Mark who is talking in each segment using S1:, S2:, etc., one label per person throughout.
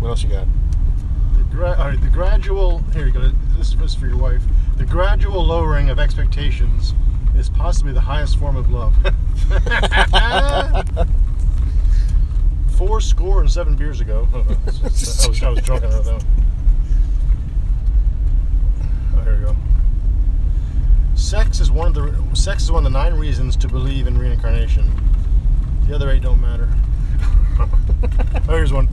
S1: What else you got?
S2: The gra- all right, the gradual. Here you go. This was for your wife. The gradual lowering of expectations is possibly the highest form of love. Four score and seven beers ago. I was, I was, I was drunk on that though. Oh, here we go. Sex is one of the sex is one of the nine reasons to believe in reincarnation. The other eight don't matter. oh, here's one.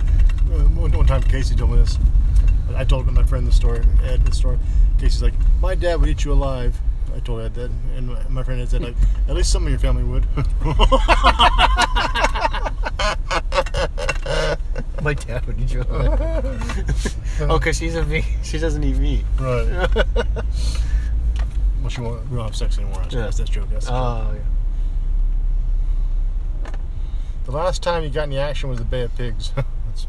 S2: Uh, One one time, Casey told me this. I told my friend the story, Ed, the story. Casey's like, "My dad would eat you alive." I told Ed that, and my- my friend Ed said, "Like, at least some of your family would."
S3: My dad would eat you alive. oh, cause she's a ve- she doesn't eat meat. Oh,
S2: right. well, she won't. We don't have sex anymore. That's,
S3: Yeah.
S2: that's, that's joke. That's a joke.
S3: Oh, yeah.
S2: The last time you got any action was the Bay of Pigs. that's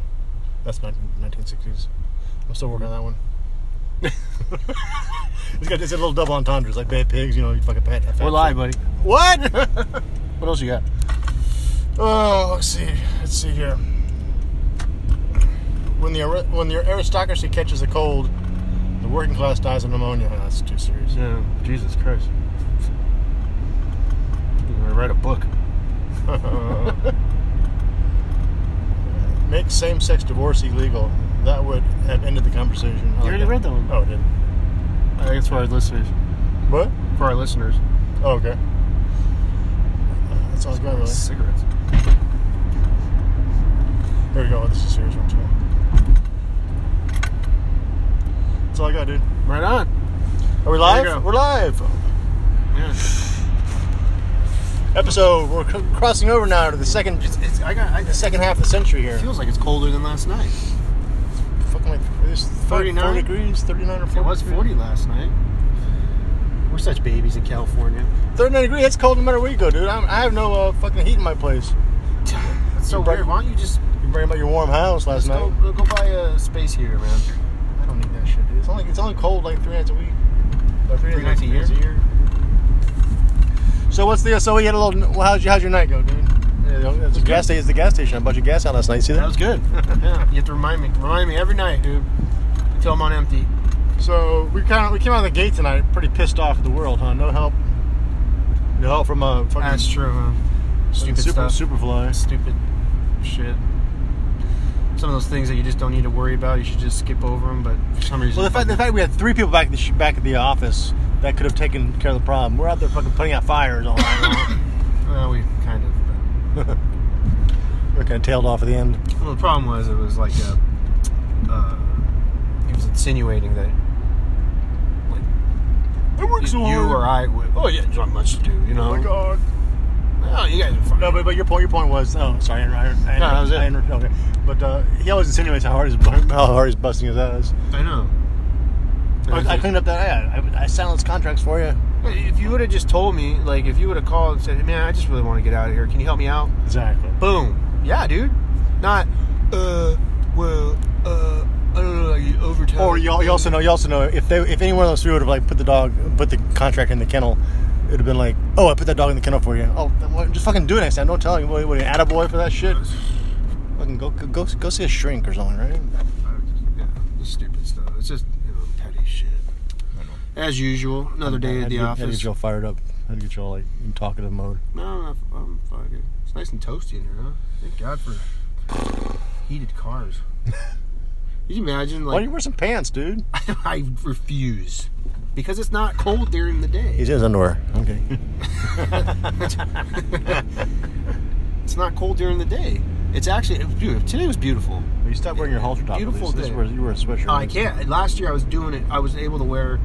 S2: that's 19, 1960s. I'm still working on that one. it's got it's a little double entendres, like Bay of Pigs, you know, you fucking pet.
S3: We're live, buddy.
S2: What?
S3: What else you got?
S2: oh, let's see. Let's see here. When the ari- when the aristocracy catches a cold, the working class dies of pneumonia. Oh, that's too serious.
S3: No, Jesus Christ. I'm gonna write a book.
S2: Make same-sex divorce illegal. That would have ended the conversation. I like
S3: You already read that one.
S2: Oh, it did.
S3: I think it's for our listeners.
S2: What?
S3: For our listeners.
S2: Oh, okay. That sounds good, really.
S3: Cigarettes.
S2: There we go. This is a serious one, too. That's all I got, dude.
S3: Right on.
S2: Are we
S3: There you go.
S2: live? We're live.
S3: Yeah.
S2: Episode. We're c- crossing over now to the second. It's, it's, I got I, the second half of the century here.
S3: Feels like it's colder than last night.
S2: Fucking like it's
S3: 39?
S2: 40 degrees, 39 or 40.
S3: It was 40
S2: degrees.
S3: last night. We're such babies in California.
S2: 39 degrees. That's cold no matter where you go, dude. I'm, I have no uh, fucking heat in my place.
S3: That's so
S2: But-
S3: weird. Why don't you just
S2: You bring about your warm house
S3: let's
S2: last night.
S3: go, go, go buy a space heater, man?
S2: I don't need that shit, dude. It's only it's only cold like three nights a week. Like three,
S3: Three nights a year?
S2: So what's the so we had a little. Well, how'd you how'd your night go, dude? Yeah, that's the gas station. It's the gas station. I bought you gas out last night. You See
S3: That
S2: that?
S3: was good. yeah, you have to remind me. Remind me every night, dude. Until I'm on empty.
S2: So we kind of we came out of the gate tonight pretty pissed off at the world, huh? No help. No help from uh, fucking
S3: That's true, man.
S2: fucking
S3: Stupid
S2: super,
S3: stuff.
S2: Superfly.
S3: Stupid shit. Some of those things that you just don't need to worry about. You should just skip over them. But for some reason,
S2: Well, the fact the fact we had three people back at the sh- back at the office that could have taken care of the problem. We're out there fucking putting out fires all night long.
S3: well, we kind of. but-
S2: We're kind of tailed off at the end.
S3: Well, the problem was it was like a. Uh, he was insinuating that like
S2: I work
S3: you, you or I would. Oh yeah, there's not much to do, you know.
S2: Oh my god.
S3: Oh, you guys are fine.
S2: No, but, but your point your point was oh sorry I, I, I,
S3: No, that was it.
S2: I inter- okay, but uh, he always insinuates how hard he's bu- how hard he's busting his ass.
S3: I know.
S2: I, I cleaned up that ad. I, I silenced contracts for you.
S3: if you would have just told me, like, if you would have called and said, "Hey, "Man, I just really want to get out of here. Can you help me out?"
S2: Exactly.
S3: Boom. Yeah, dude. Not. Uh. Well. Uh. I don't know. Like you overtime.
S2: Or you, al- you also know you also know if they if any one of those three would have like put the dog put the contract in the kennel, it'd have been like oh I put that dog in the kennel for you. Oh then what- just fucking do it next time. Don't tell you what, what an attaboy for that shit. Fucking go go go see a shrink or something, right?
S3: Yeah, the stupid stuff. It's just you know petty shit. As usual, another day at
S2: Had
S3: the
S2: to get- Had to
S3: office.
S2: get you all fired up. Had to get you all like in talkative mode.
S3: No, I'm, I'm fucking. It's nice and toasty in here, huh? Thank God for heated cars. Could you imagine?
S2: Why do
S3: Like,
S2: you wear some pants, dude?
S3: I refuse because it's not cold during the day.
S2: He's in his underwear. Okay.
S3: It's not cold during the day. It's actually it was beautiful. Today was beautiful.
S2: Well, you stopped wearing your halter top.
S3: Beautiful
S2: Beautiful This
S3: day.
S2: is where you wear a sweatshirt.
S3: I can't. Last year I was doing it. I was able to wear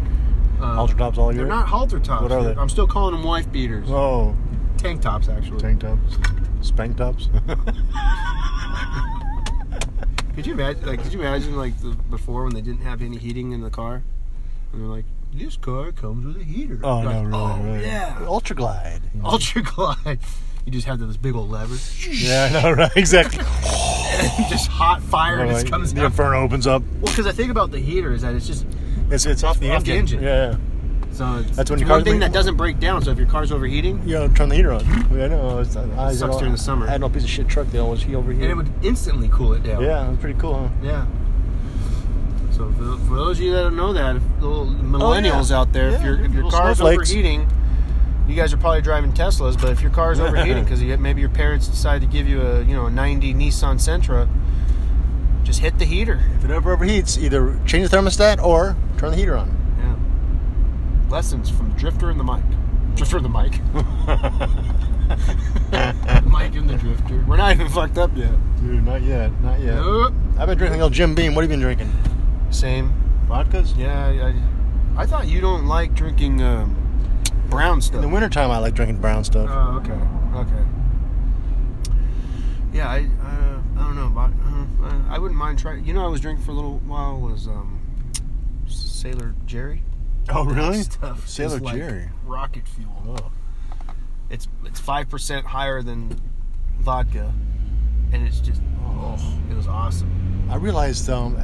S3: uh,
S2: Halter tops all year.
S3: They're not halter tops.
S2: What are they?
S3: I'm still calling them wife beaters.
S2: Oh,
S3: tank tops, actually.
S2: tank tops, spank tops.
S3: Could you imagine? Like, could you imagine like the, before when they didn't have any heating in the car, and they're like, "This car comes with a heater."
S2: oh
S3: You're
S2: no,
S3: like,
S2: really,
S3: "Oh,
S2: really.
S3: yeah,
S2: Ultra Glide.
S3: Ultra Glide. You just have this big old lever,
S2: Yeah, I know, right? Exactly.
S3: just hot fire, and it
S2: Like,
S3: comes
S2: the
S3: down.
S2: inferno opens up.
S3: Well, because I think about the heater is that it's just
S2: It's it's off the
S3: Off the
S2: engine.
S3: engine.
S2: Yeah.
S3: it's So it's,
S2: That's when
S3: it's one
S2: your car's
S3: thing
S2: being-
S3: that doesn't break down. So if your car's overheating,
S2: You know, turn the heater on. I, mean, I know. It's, uh, I, I
S3: Sucks
S2: I-
S3: during the summer.
S2: I had no piece of shit truck deal. Was he over here?
S3: and it would instantly cool it down.
S2: Yeah, that's pretty cool, huh?
S3: Yeah. So for, for those of you that don't know that, if the little millennials out there, if
S2: Yeah,
S3: your if your
S2: little
S3: car's
S2: snowflakes.
S3: overheating, you guys are probably driving Teslas. But if your car's overheating because you, maybe your parents decide to give you a you know a ninety Nissan Sentra, just hit the heater.
S2: If it ever overheats, either change the thermostat or turn the heater on.
S3: Yeah. Lessons from Drifter and the Mike. Drifter and the Mike. Mike and the Drifter. We're not even fucked up yet.
S2: Dude, not yet, not yet.
S3: Nope.
S2: I've been drinking old Jim Beam. What have you been drinking?
S3: Same.
S2: Vodkas?
S3: Yeah. I, I, I thought you don't like drinking um, brown stuff.
S2: In the wintertime, I like drinking brown stuff.
S3: Oh, okay. Okay. Yeah, I uh, I don't know, but uh, I wouldn't mind trying. You know, I was drinking for a little while was um, Sailor Jerry.
S2: oh, really?
S3: That Stuff is
S2: Sailor
S3: like
S2: Jerry.
S3: Rocket fuel.
S2: Oh.
S3: It's it's five percent higher than vodka, and it's just oh, it was awesome.
S2: I realized um,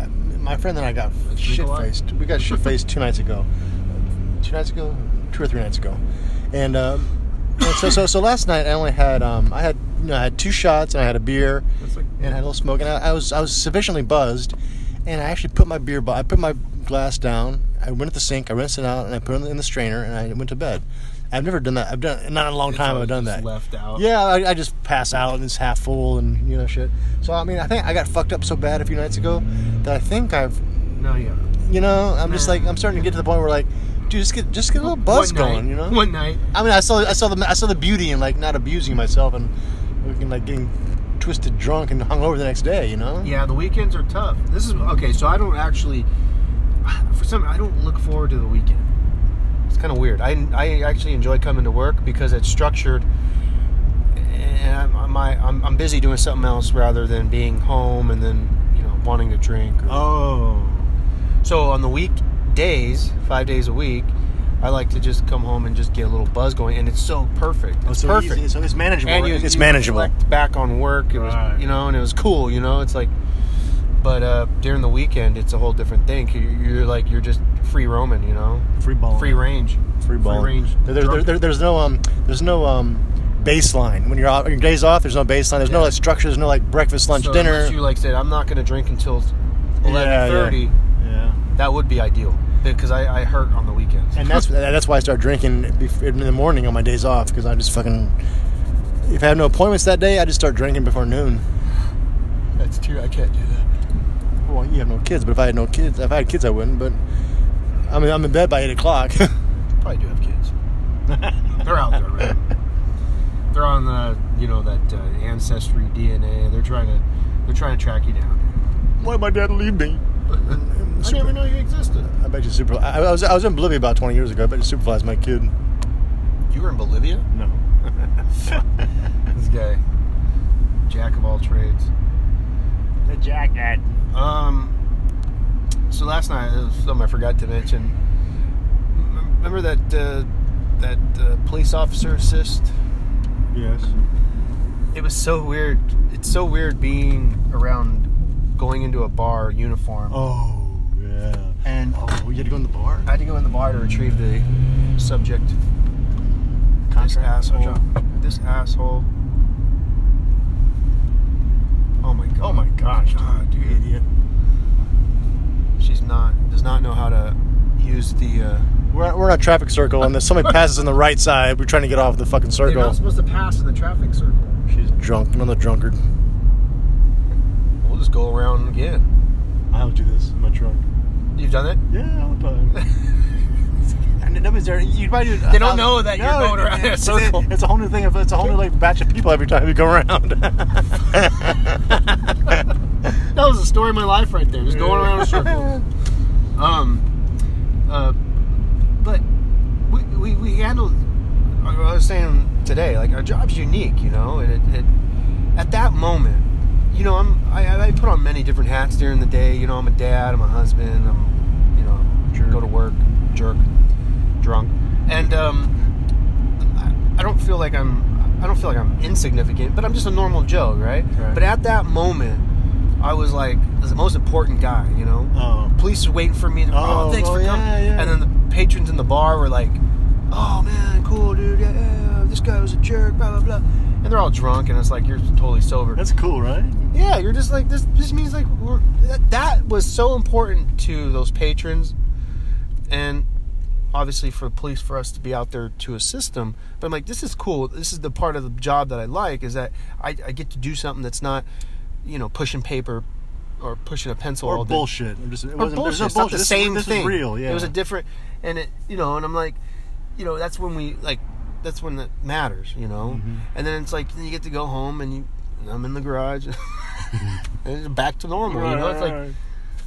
S2: my friend and I got shit
S3: Nikolai?
S2: faced. We got shit faced two nights ago, two nights ago, two or three nights ago, and, um, and so so so last night I only had um, I had you know I had two shots and I had a beer
S3: That's like
S2: and I had a little smoke and I, I was I was sufficiently buzzed, and I actually put my beer bo- I put my glass down. I went at the sink, I rinsed it out, and I put it in the, in the strainer, and I went to bed. I've never done that. I've done not in a long time. I've done that.
S3: Left out.
S2: Yeah, I, I just pass out and it's half full and you know shit. So I mean, I think I got fucked up so bad a few nights ago that I think I've,
S3: No, yeah.
S2: you know, I'm just like I'm starting to get to the point where like, dude, just get just get a little buzz
S3: One night-
S2: going, you know.
S3: One night.
S2: I mean, I saw I saw the I saw the beauty in like not abusing myself and looking like getting twisted drunk and hungover the next day, you know.
S3: Yeah, the weekends are tough. This is okay. So I don't actually, for some, I don't look forward to the weekend. It's kind of weird. I, I actually enjoy coming to work because it's structured, and I'm I'm, I- I'm I'm busy doing something else rather than being home and then you know wanting to drink. Or,
S2: Oh.
S3: So on the weekdays, five days a week, I like to just come home and just get a little buzz going, and it's so perfect. It's
S2: Oh, so
S3: perfect.
S2: easy. So it's manageable.
S3: And you,
S2: it's
S3: you
S2: manageable.
S3: reflect back on work. It was,
S2: Right.
S3: you know, and it was cool. You know, it's like, but uh, during the weekend, it's a whole different thing. You're, you're like, you're just free roaming. You know,
S2: Free ball.
S3: free range.
S2: free ball.
S3: range.
S2: There, there, there- there's no um, there's no um, baseline when you're off, your days off. There's no baseline. There's no
S3: Yeah.
S2: like structure. There's no like breakfast, lunch,
S3: So
S2: dinner.
S3: unless You like said, I'm not going to drink until eleven thirty.
S2: Yeah, yeah.
S3: That would be ideal because I, I hurt on the weekends.
S2: And that's that's why I start drinking bef- in the morning on my days off because I just fucking. If I have no appointments that day, I just start drinking before noon.
S3: that's true. I can't do that.
S2: Well, you have no kids, but if I had no kids, if I had kids, I wouldn't. But I mean, I'm in bed by eight o'clock.
S3: Probably do have kids. They're out there. Right? They're on the you know that uh, ancestry DNA. They're trying to they're trying to track you down.
S2: why my dad leave me?
S3: I didn't even know you existed.
S2: I bet you super. I, I was I was in Bolivia about 20 years ago. I bet you supervised my kid.
S3: You were in Bolivia?
S2: No.
S3: This guy. Jack of all trades.
S2: The jacket.
S3: Um so last night it was something I forgot to mention. M- Remember that uh, that uh, police officer assist?
S2: Yes.
S3: It was so weird. It's so weird being around going into a bar uniform.
S2: Oh yeah.
S3: And
S2: Oh, you had to go in the bar.
S3: I had to go in the bar to retrieve the subject. This asshole. This asshole. Oh my god.
S2: Oh my gosh,
S3: God,
S2: dude,
S3: dude.
S2: you idiot.
S3: She's not does not know how to use the. Uh,
S2: We're, we're in a traffic circle, and there's somebody passes on the right side. We're trying to get off the fucking
S3: You're
S2: circle.
S3: not supposed to pass in the traffic circle.
S2: She's drunk, another drunkard.
S3: We'll just go around again.
S2: I would do this in my truck.
S3: You've done it.
S2: Yeah, all the time. and nobody's there. You probably do,
S3: They don't know that you're going around in a
S2: it's-
S3: circle.
S2: It's a whole new thing. It's a whole new like batch of people every time you go around.
S3: That was the story of my life right there. Just going around in a circle. Um, uh, but we, we, we handled. I was saying today, like our job's unique, you know, and it, it at that moment, you know, I'm I, I put on many different hats during the day. You know, I'm a dad, I'm a husband, I'm you know,
S2: Jerk.
S3: go to work, jerk, drunk, and um, I, I don't feel like I'm I don't feel like I'm insignificant, but I'm just a normal Joe, right?
S2: Right.
S3: But at that moment, I was like the most important guy, you know.
S4: Oh.
S3: Police were waiting for me. To, oh,
S4: Oh,
S3: thanks
S4: well,
S3: for
S4: yeah,
S3: coming.
S4: yeah.
S3: And then the patrons in the bar were like, "Oh man, cool dude. Yeah, yeah, this guy was a jerk. Blah blah blah." And they're all drunk, and it's like you're totally sober.
S4: That's cool, right?
S3: yeah, you're just like this. This means like we're, that, that was so important to those patrons, and obviously for the police for us to be out there to assist them. But I'm like, this is cool. This is the part of the job that I like is that I, I get to do something that's not, you know, pushing paper or pushing a pencil
S4: Or
S3: all day.
S4: bullshit. Or just, it
S3: Or
S4: wasn't,
S3: bullshit.
S4: There's no
S3: It's
S4: bullshit.
S3: not the
S4: This-
S3: same
S4: this
S3: thing.
S4: is real. Yeah.
S3: It was a different, and it, you know, and I'm like, you know, that's when we like, that's when that matters, you know.
S4: Mm-hmm.
S3: And then it's like then you get to go home and you, and I'm in the garage, and it's back to normal,
S4: Right,
S3: you know.
S4: right,
S3: It's like,
S4: right.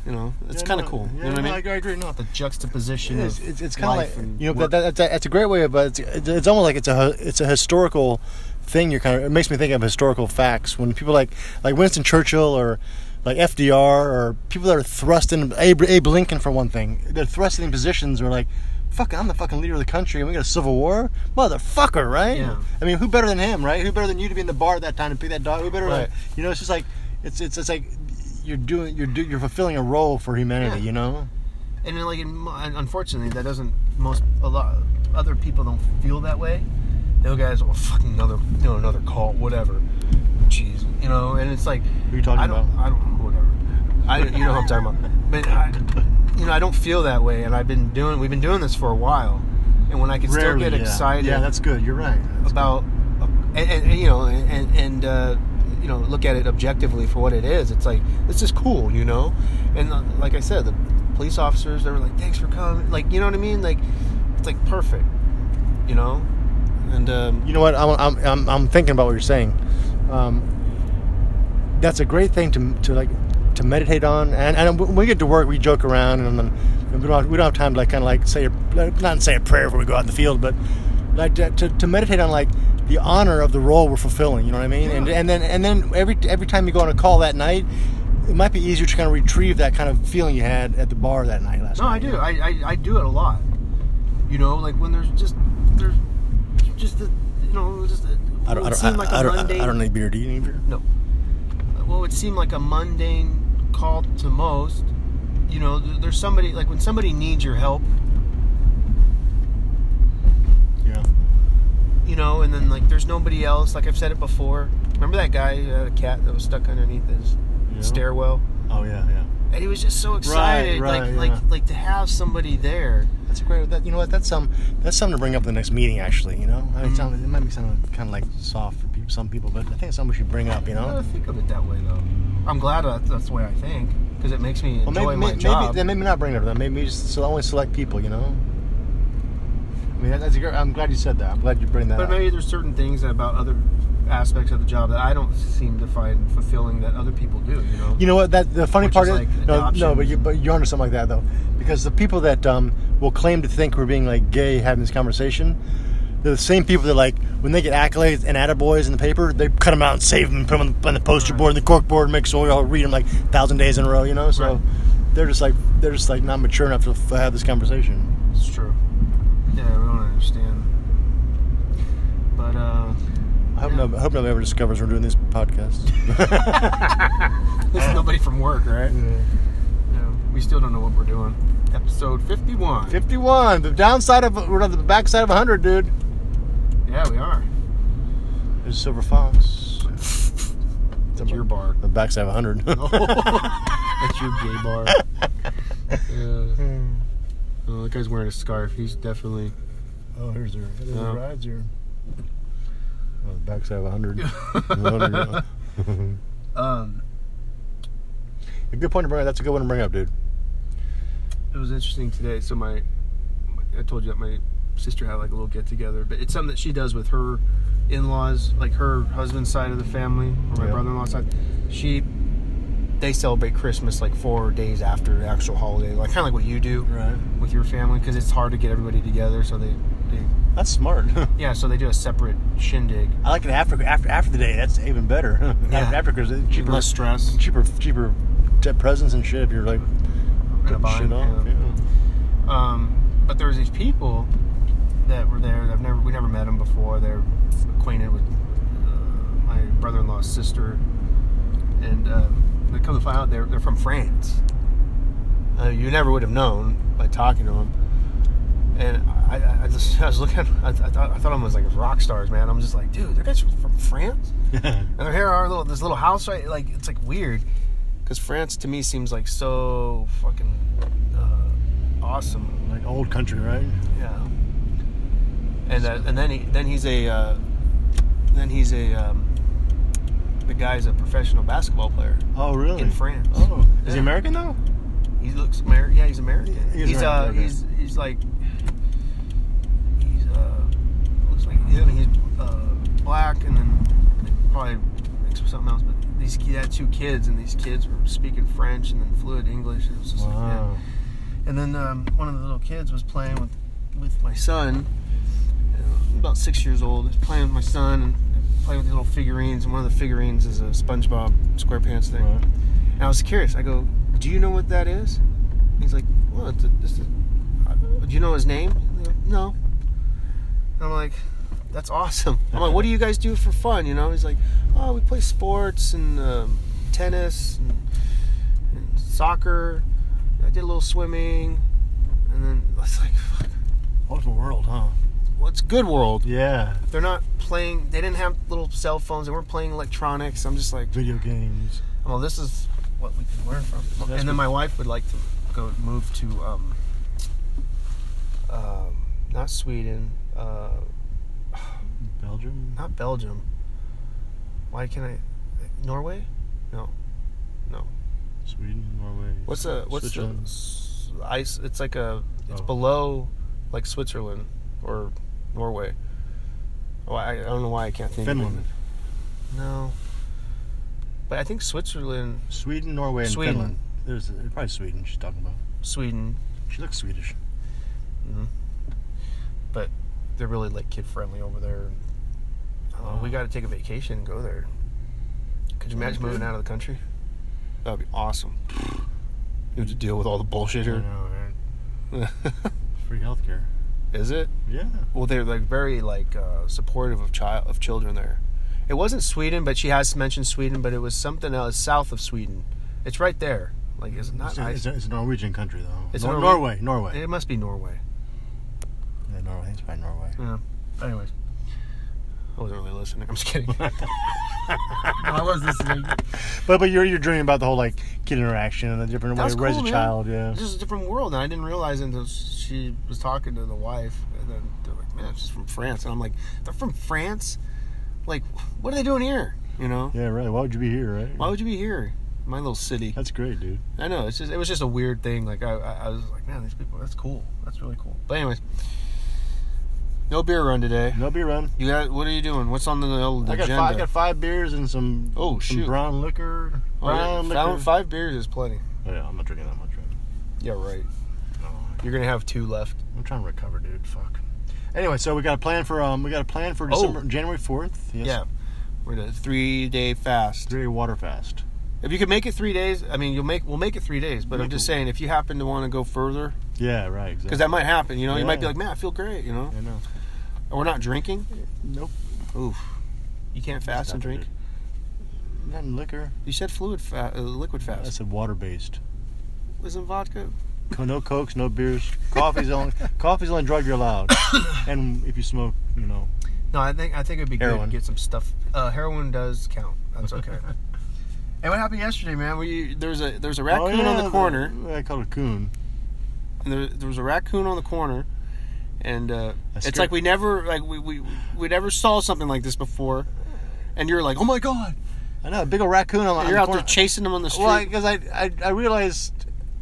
S3: you know, it's
S4: Yeah,
S3: kind of
S4: no,
S3: cool.
S4: Yeah,
S3: you know what
S4: no,
S3: I mean?
S4: I agree. No,
S3: The juxtaposition.
S2: It's,
S3: of
S2: it's, it's kind
S3: life
S2: of like
S3: and
S2: you know,
S3: work.
S2: but that, that's, a, that's a great way of, but it's, it's almost like it's a it's a historical thing. You're kind of it makes me think of historical facts when people like like Winston Churchill or like FDR or people that are thrust in Abe, Abe Lincoln for one thing. They're thrust in positions where like, fuck, I'm the fucking leader of the country and we got a civil war, motherfucker, right?
S3: Yeah.
S2: I mean, who better than him, right? Who better than you to be in the bar at that time to pick that dog? Who better?
S3: Right.
S2: Than, you know, it's just like it's it's it's like you're doing you're do, you're fulfilling a role for humanity.
S3: Yeah.
S2: You know.
S3: and then, like in, mo- and unfortunately that doesn't most a lot other people don't feel that way those guys oh fucking another you know another call whatever jeez you know and it's like
S2: Who you talking
S3: I don't,
S2: about?
S3: I don't whatever I you know what I'm talking about but I you know I don't feel that way and I've been doing we've been doing this for a while and when I can
S2: Rarely,
S3: still get
S2: yeah.
S3: excited
S2: Yeah, that's good. You're right.
S3: about uh, and, and, and, you know and and uh, you know look at it objectively for what it is it's like this is cool you know and uh, like i said the police officers they were like thanks for coming like you know what i mean like it's like perfect you know and um,
S2: You know what? I'm, I'm, I'm, I'm thinking about what you're saying. Um, that's a great thing to, to like to meditate on. And, and when we get to work, we joke around, and then and we, don't have, we don't have time to like kind of like say a, not say a prayer before we go out in the field, but like to, to, to meditate on like the honor of the role we're fulfilling. You know what I mean? And, and then and then every every time you go on a call that night, it might be easier to kind of retrieve that kind of feeling you had at the bar that night last
S3: no i
S2: night.
S3: do I, I i do it a lot you know like when there's just there's just the you know just the-
S2: I don't, I
S3: it
S2: don't, I,
S3: seemed like a
S2: I don't,
S3: mundane-
S2: I don't need beer. Do you need beer?
S3: No. Well, it seemed like a mundane call to most. You know, th- there's somebody like when somebody needs your help,
S2: Yeah.
S3: you know, and then like there's nobody else. Like I've said it before. Remember that guy who had a cat that was stuck underneath his
S2: Yeah.
S3: stairwell,
S2: Oh yeah, yeah.
S3: and he was just so excited,
S2: right,
S3: like
S2: yeah.
S3: like like to have somebody there.
S2: That's a great. That you know what? That's um. That's something to bring up in the next meeting. Actually, you know, I mean, it, sounds, it might be sounding kind of like soft for peop some people, but I think it's something we should bring up. You
S3: I
S2: know.
S3: don't think of it that way though. I'm glad that that's the way I think because it makes me
S2: Well,
S3: enjoy
S2: maybe
S3: my
S2: maybe,
S3: job.
S2: maybe then maybe not bring it up. Then maybe just so only select people. You know. I mean, that, that's a great. I'm glad you said that. I'm glad you bring that
S3: But
S2: up.
S3: maybe there's certain things about other aspects of the job that I don't seem to find fulfilling that other people do. You know.
S2: You know what? That the funny
S3: Which
S2: part
S3: is
S2: is,
S3: like
S2: no, no,
S3: adoption.
S2: but you but you're onto something like that though, because the people that um, will claim to think we're being like gay having this conversation, they're the same people that like when they get accolades and attaboys in the paper, they cut them out and save them, and put them on the, on the poster
S3: Right.
S2: board and the cork board, and make sure we all read them like thousand days in a row, you know. So
S3: Right.
S2: they're just like they're just like not mature enough to f- have this conversation.
S3: It's true. Yeah, we don't understand. But uh,
S2: I hope
S3: Yeah.
S2: no, I hope nobody ever discovers we're doing this podcast.
S3: this is nobody from work, right? No, we still don't know what we're doing. Episode fifty-one.
S2: Fifty-one. The downside of we're on the backside of hundred, dude.
S3: yeah, we are.
S2: There's a silver fox.
S3: That's your bar.
S2: The backside of 100.
S3: That's your gay bar. yeah. Oh, that guy's wearing a scarf. He's definitely.
S2: oh, here's your, here's
S3: Yeah.
S2: rides here. Oh, the backside of 100. 100.
S3: Um,
S2: a good point to bring up. That's a good one to bring up, dude.
S3: it was interesting today. So my, I told you that my sister had like a little get together, but it's something that she does with her in-laws, like her husband's side of the family or my
S2: Yeah.
S3: brother-in-law's side. She, they celebrate Christmas like four days after the actual holiday, like kind of like what you do
S2: Right.
S3: with your family, because it's hard to get everybody together. So they, they,
S2: That's smart.
S3: yeah, so they do a separate shindig.
S2: I like it after after after the day. That's even better.
S3: Yeah.
S2: After after because it's cheaper,
S3: Less stress.
S2: cheaper cheaper t- presents and shit. If you're like
S3: in a
S2: putting
S3: bind,
S2: shit off.
S3: yeah. Um, but there was these people that were there. that I've never we never met them before. They're acquainted with uh, my brother-in-law's sister, and um, that come to find out they're, they're from France. Uh, you never would have known by talking to them. And I, I- I just I was looking. at- I, I thought I thought of them as like rock stars, man. I'm just like, dude, they're guys from France, and they're here. in Our little this little house, right? Like it's like weird, because France to me seems like so fucking uh, awesome.
S2: Like old country, right?
S3: Yeah. And uh, and then he then he's a uh, then he's a um, the guy's a professional basketball player
S2: Oh, really?
S3: in France.
S2: Oh, is he
S3: Yeah.
S2: American though?
S3: He looks American. Yeah, he's American.
S2: He is
S3: he's uh,
S2: American, okay.
S3: he's he's like he's uh, looks like I mean, he's uh, black and then probably mixed with something else. But these he had two kids and these kids were speaking French and then fluid English. It was just like, man.
S2: Wow.
S3: And then um, one of the little kids was playing with with my son, uh, about six years old. He's playing with my son and playing with these little figurines. And one of the figurines is a SpongeBob SquarePants thing.
S2: Right.
S3: And I was curious. I go, "Do you know what that is?" And he's like, "Well, it's a, it's a, do you know his name?" And they go, no. And I'm like, "That's awesome." I'm like, "What do you guys do for fun?" You know? He's like, "Oh, we play sports and um, tennis and, and soccer. I did a little swimming." And then I was like, Fuck,
S2: Whole world, huh?
S3: "What's good world?"
S2: Yeah.
S3: They're not playing. They didn't have little cell phones. They weren't playing electronics. I'm just like,
S2: Video games.
S3: well, this is what we can learn from.
S2: That's
S3: and then
S2: what-
S3: my wife would like to go move to um, um, not Sweden, uh,
S2: Belgium.
S3: not Belgium. Why can I? Norway? No, no.
S2: Sweden. Norway.
S3: What's a what's the
S2: Switzerland.
S3: s- ice? It's like a it's
S2: Oh.
S3: below like Switzerland or Norway. Oh, I, I don't know why I can't think. of it.
S2: Finland.
S3: No. But I think Switzerland,
S2: Sweden, Norway, and
S3: Sweden.
S2: Finland. There's probably Sweden. She's talking about.
S3: Sweden,
S2: She looks Swedish.
S3: but they're really like kid friendly over there. Uh, we got to take a vacation and go there. Could you imagine moving out of the country? That would be awesome. You have to deal with all the bullshit
S2: I
S3: here.
S2: know, right? Free healthcare.
S3: Is it?
S2: Yeah.
S3: Mm-hmm. Well, they're like very like uh, supportive of child of children there. It wasn't Sweden, but she has mentioned Sweden, but it was something else south of Sweden. It's right there. Like it's not.
S2: It's a, it's a- it's a Norwegian country though.
S3: It's
S2: Nor-
S3: Norwe-
S2: Norway. Norway.
S3: it must be Norway.
S2: Yeah, Norway. It's probably Norway.
S3: Yeah. Anyways, I wasn't really listening. I'm just kidding. no, I was listening.
S2: But but you're you're dreaming about the whole like kid interaction and the different
S3: That
S2: way
S3: was
S2: to raise
S3: cool,
S2: a
S3: man.
S2: child. Yeah.
S3: It's just a different world, and I didn't realize until she was talking to the wife, and then they're like, "Man, she's from France," and I'm like, "They're from France? Like, what are they doing here? You know?
S2: Yeah. Right. Why would you be here? Right.
S3: Why would you be here, my little city?"
S2: That's great, dude.
S3: I know it's just it was just a weird thing. Like I, I, I was like, "Man, these people, that's cool. That's really cool." But anyways, no beer run today.
S2: No beer run.
S3: You got what are you doing? What's on the, the
S2: I got
S3: agenda?
S2: five, I got five beers and some
S3: Oh,
S2: some
S3: shoot.
S2: brown liquor.
S3: Oh, yeah.
S2: Brown
S3: Five-
S2: liquor.
S3: five beers is plenty.
S2: Oh, yeah, I'm not drinking that much. Right?
S3: Yeah, right.
S2: No,
S3: You're gonna have two left.
S2: I'm trying to recover, dude. Fuck. Anyway, so we got a plan for um we got a plan for
S3: Oh.
S2: December January 4th. Yes.
S3: Yeah, we're at a three day fast.
S2: Three water fast.
S3: If you can make it three days, I mean, you'll make we'll make it three days. But I'm
S2: Make
S3: just
S2: it-
S3: saying, if you happen to want to go further,
S2: Yeah. Right. Exactly.
S3: because that might happen, you know, you might be
S2: Yeah.
S3: like, man, I feel great, you know.
S2: I know.
S3: Or we're not drinking.
S2: Nope.
S3: Oof, you can't fast and drink.
S2: Not in liquor.
S3: You said fluid, fa- uh, liquid
S2: I
S3: fast.
S2: said water based.
S3: Isn't vodka?
S2: No cokes, no beers. Coffee's the only coffee's the only drug you're allowed. and if you smoke, you know.
S3: No, I think I think it'd be
S2: Heroin.
S3: good to get some stuff. Uh, heroin does count. That's okay. and what happened yesterday, man? We there's a there's a raccoon
S2: Oh,
S3: on
S2: yeah,
S3: the corner.
S2: I call it coon.
S3: and there, there was a raccoon on the corner, and uh,
S2: That's
S3: it's
S2: true.
S3: like we never like we, we we never saw something like this before, and you're like, oh my god,
S2: I know a big old raccoon on,
S3: And
S2: on
S3: you're
S2: the
S3: out
S2: corner.
S3: there chasing them on the street.
S2: Well, because I, I I realized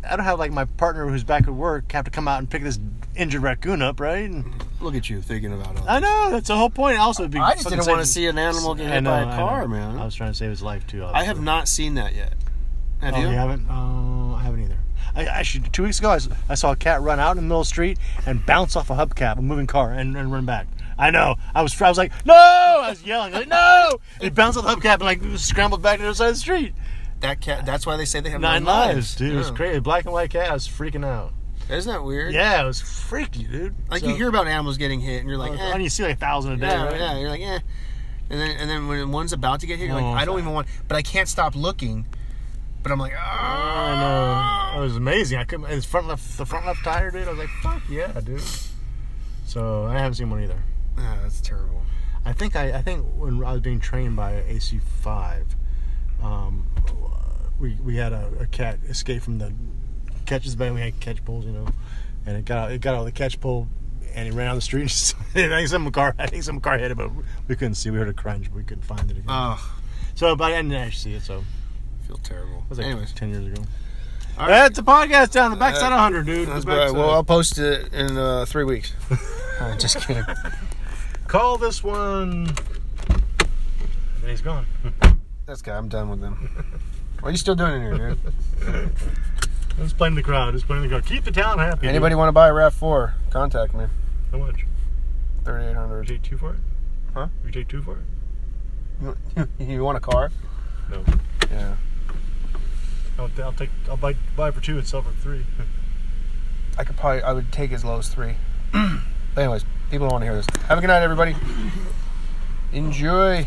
S2: I don't have like my partner who's back at work have to come out and pick this injured raccoon up, right? And
S3: Look at you thinking about it.
S2: I know that's the whole point. Also, it'd be
S3: I just
S2: fucking
S3: didn't want to
S2: save-
S3: see an animal get
S2: I
S3: hit
S2: know,
S3: by
S2: I
S3: a
S2: know.
S3: car, man.
S2: I was trying to save his life too.
S3: I have not seen that yet. Have
S2: Oh,
S3: you?
S2: you haven't? Oh, I haven't either. I actually two weeks ago I, s- I saw a cat run out in the middle of the street and bounce off a hubcap, a moving car, and, and run back. I know. I was I was like no. I was yelling like no. And it bounced off the hubcap and like scrambled back to the other side of the street.
S3: That cat. That's why they say they have
S2: Nine,
S3: nine,
S2: lives, dude. It was
S3: Yeah.
S2: crazy. Black and white cat. I was freaking out.
S3: Isn't that weird?
S2: Yeah, it was freaky, dude.
S3: Like
S2: So- Oh, uh,
S3: you hear about animals getting hit, and you're like, eh.
S2: and you see like a thousand a day.
S3: Yeah,
S2: right?
S3: yeah. You're like, eh. And then, and then when one's about to get hit, you're
S2: Oh,
S3: like, I don't
S2: okay.
S3: even want, but I can't stop looking But I'm like,
S2: I
S3: ah,
S2: know. It was amazing. I couldn't. His front left, the front left tire, dude. I was like, fuck yeah, dude. So I haven't seen one either.
S3: Ah, that's terrible.
S2: I think I, I think when I was being trained by AC5, um, we, we had a, a cat escape from the catches bay. We had catch poles, you know, and it got out, it got out of the catch pole, and he ran out the street. And just, I think some car I think some car hit it, but we couldn't see. We heard a crunch, but we couldn't find it again.
S3: Oh,
S2: so, but I didn't actually see it. So it
S3: I feel terrible.
S2: was like
S3: Anyways,
S2: ten years ago.
S3: all right.
S2: That's a podcast down the backside
S3: Uh,
S2: of hundred, dude.
S3: That's
S2: The
S3: all right.
S2: backside.
S3: Well, I'll post it in uh, three weeks. Uh, just kidding.
S2: call this one. And he's gone.
S3: That's good. I'm done with them. What are you still doing in here, dude?
S2: Let's play in the crowd. Let's play in the crowd. Keep the town happy. dude.
S3: Anybody want to buy a RAV4? Contact me.
S2: How much?
S3: Thirty-eight
S2: Would
S3: hundred.
S2: you take two for it?
S3: Huh?
S2: Would you take two for it?
S3: You want a car?
S2: No.
S3: Yeah.
S2: I'll, I'll take. I'll buy buy for two and sell for three.
S3: I could probably. I would take as low as three. but anyways, people don't want to hear this. Have a good night, everybody. Enjoy.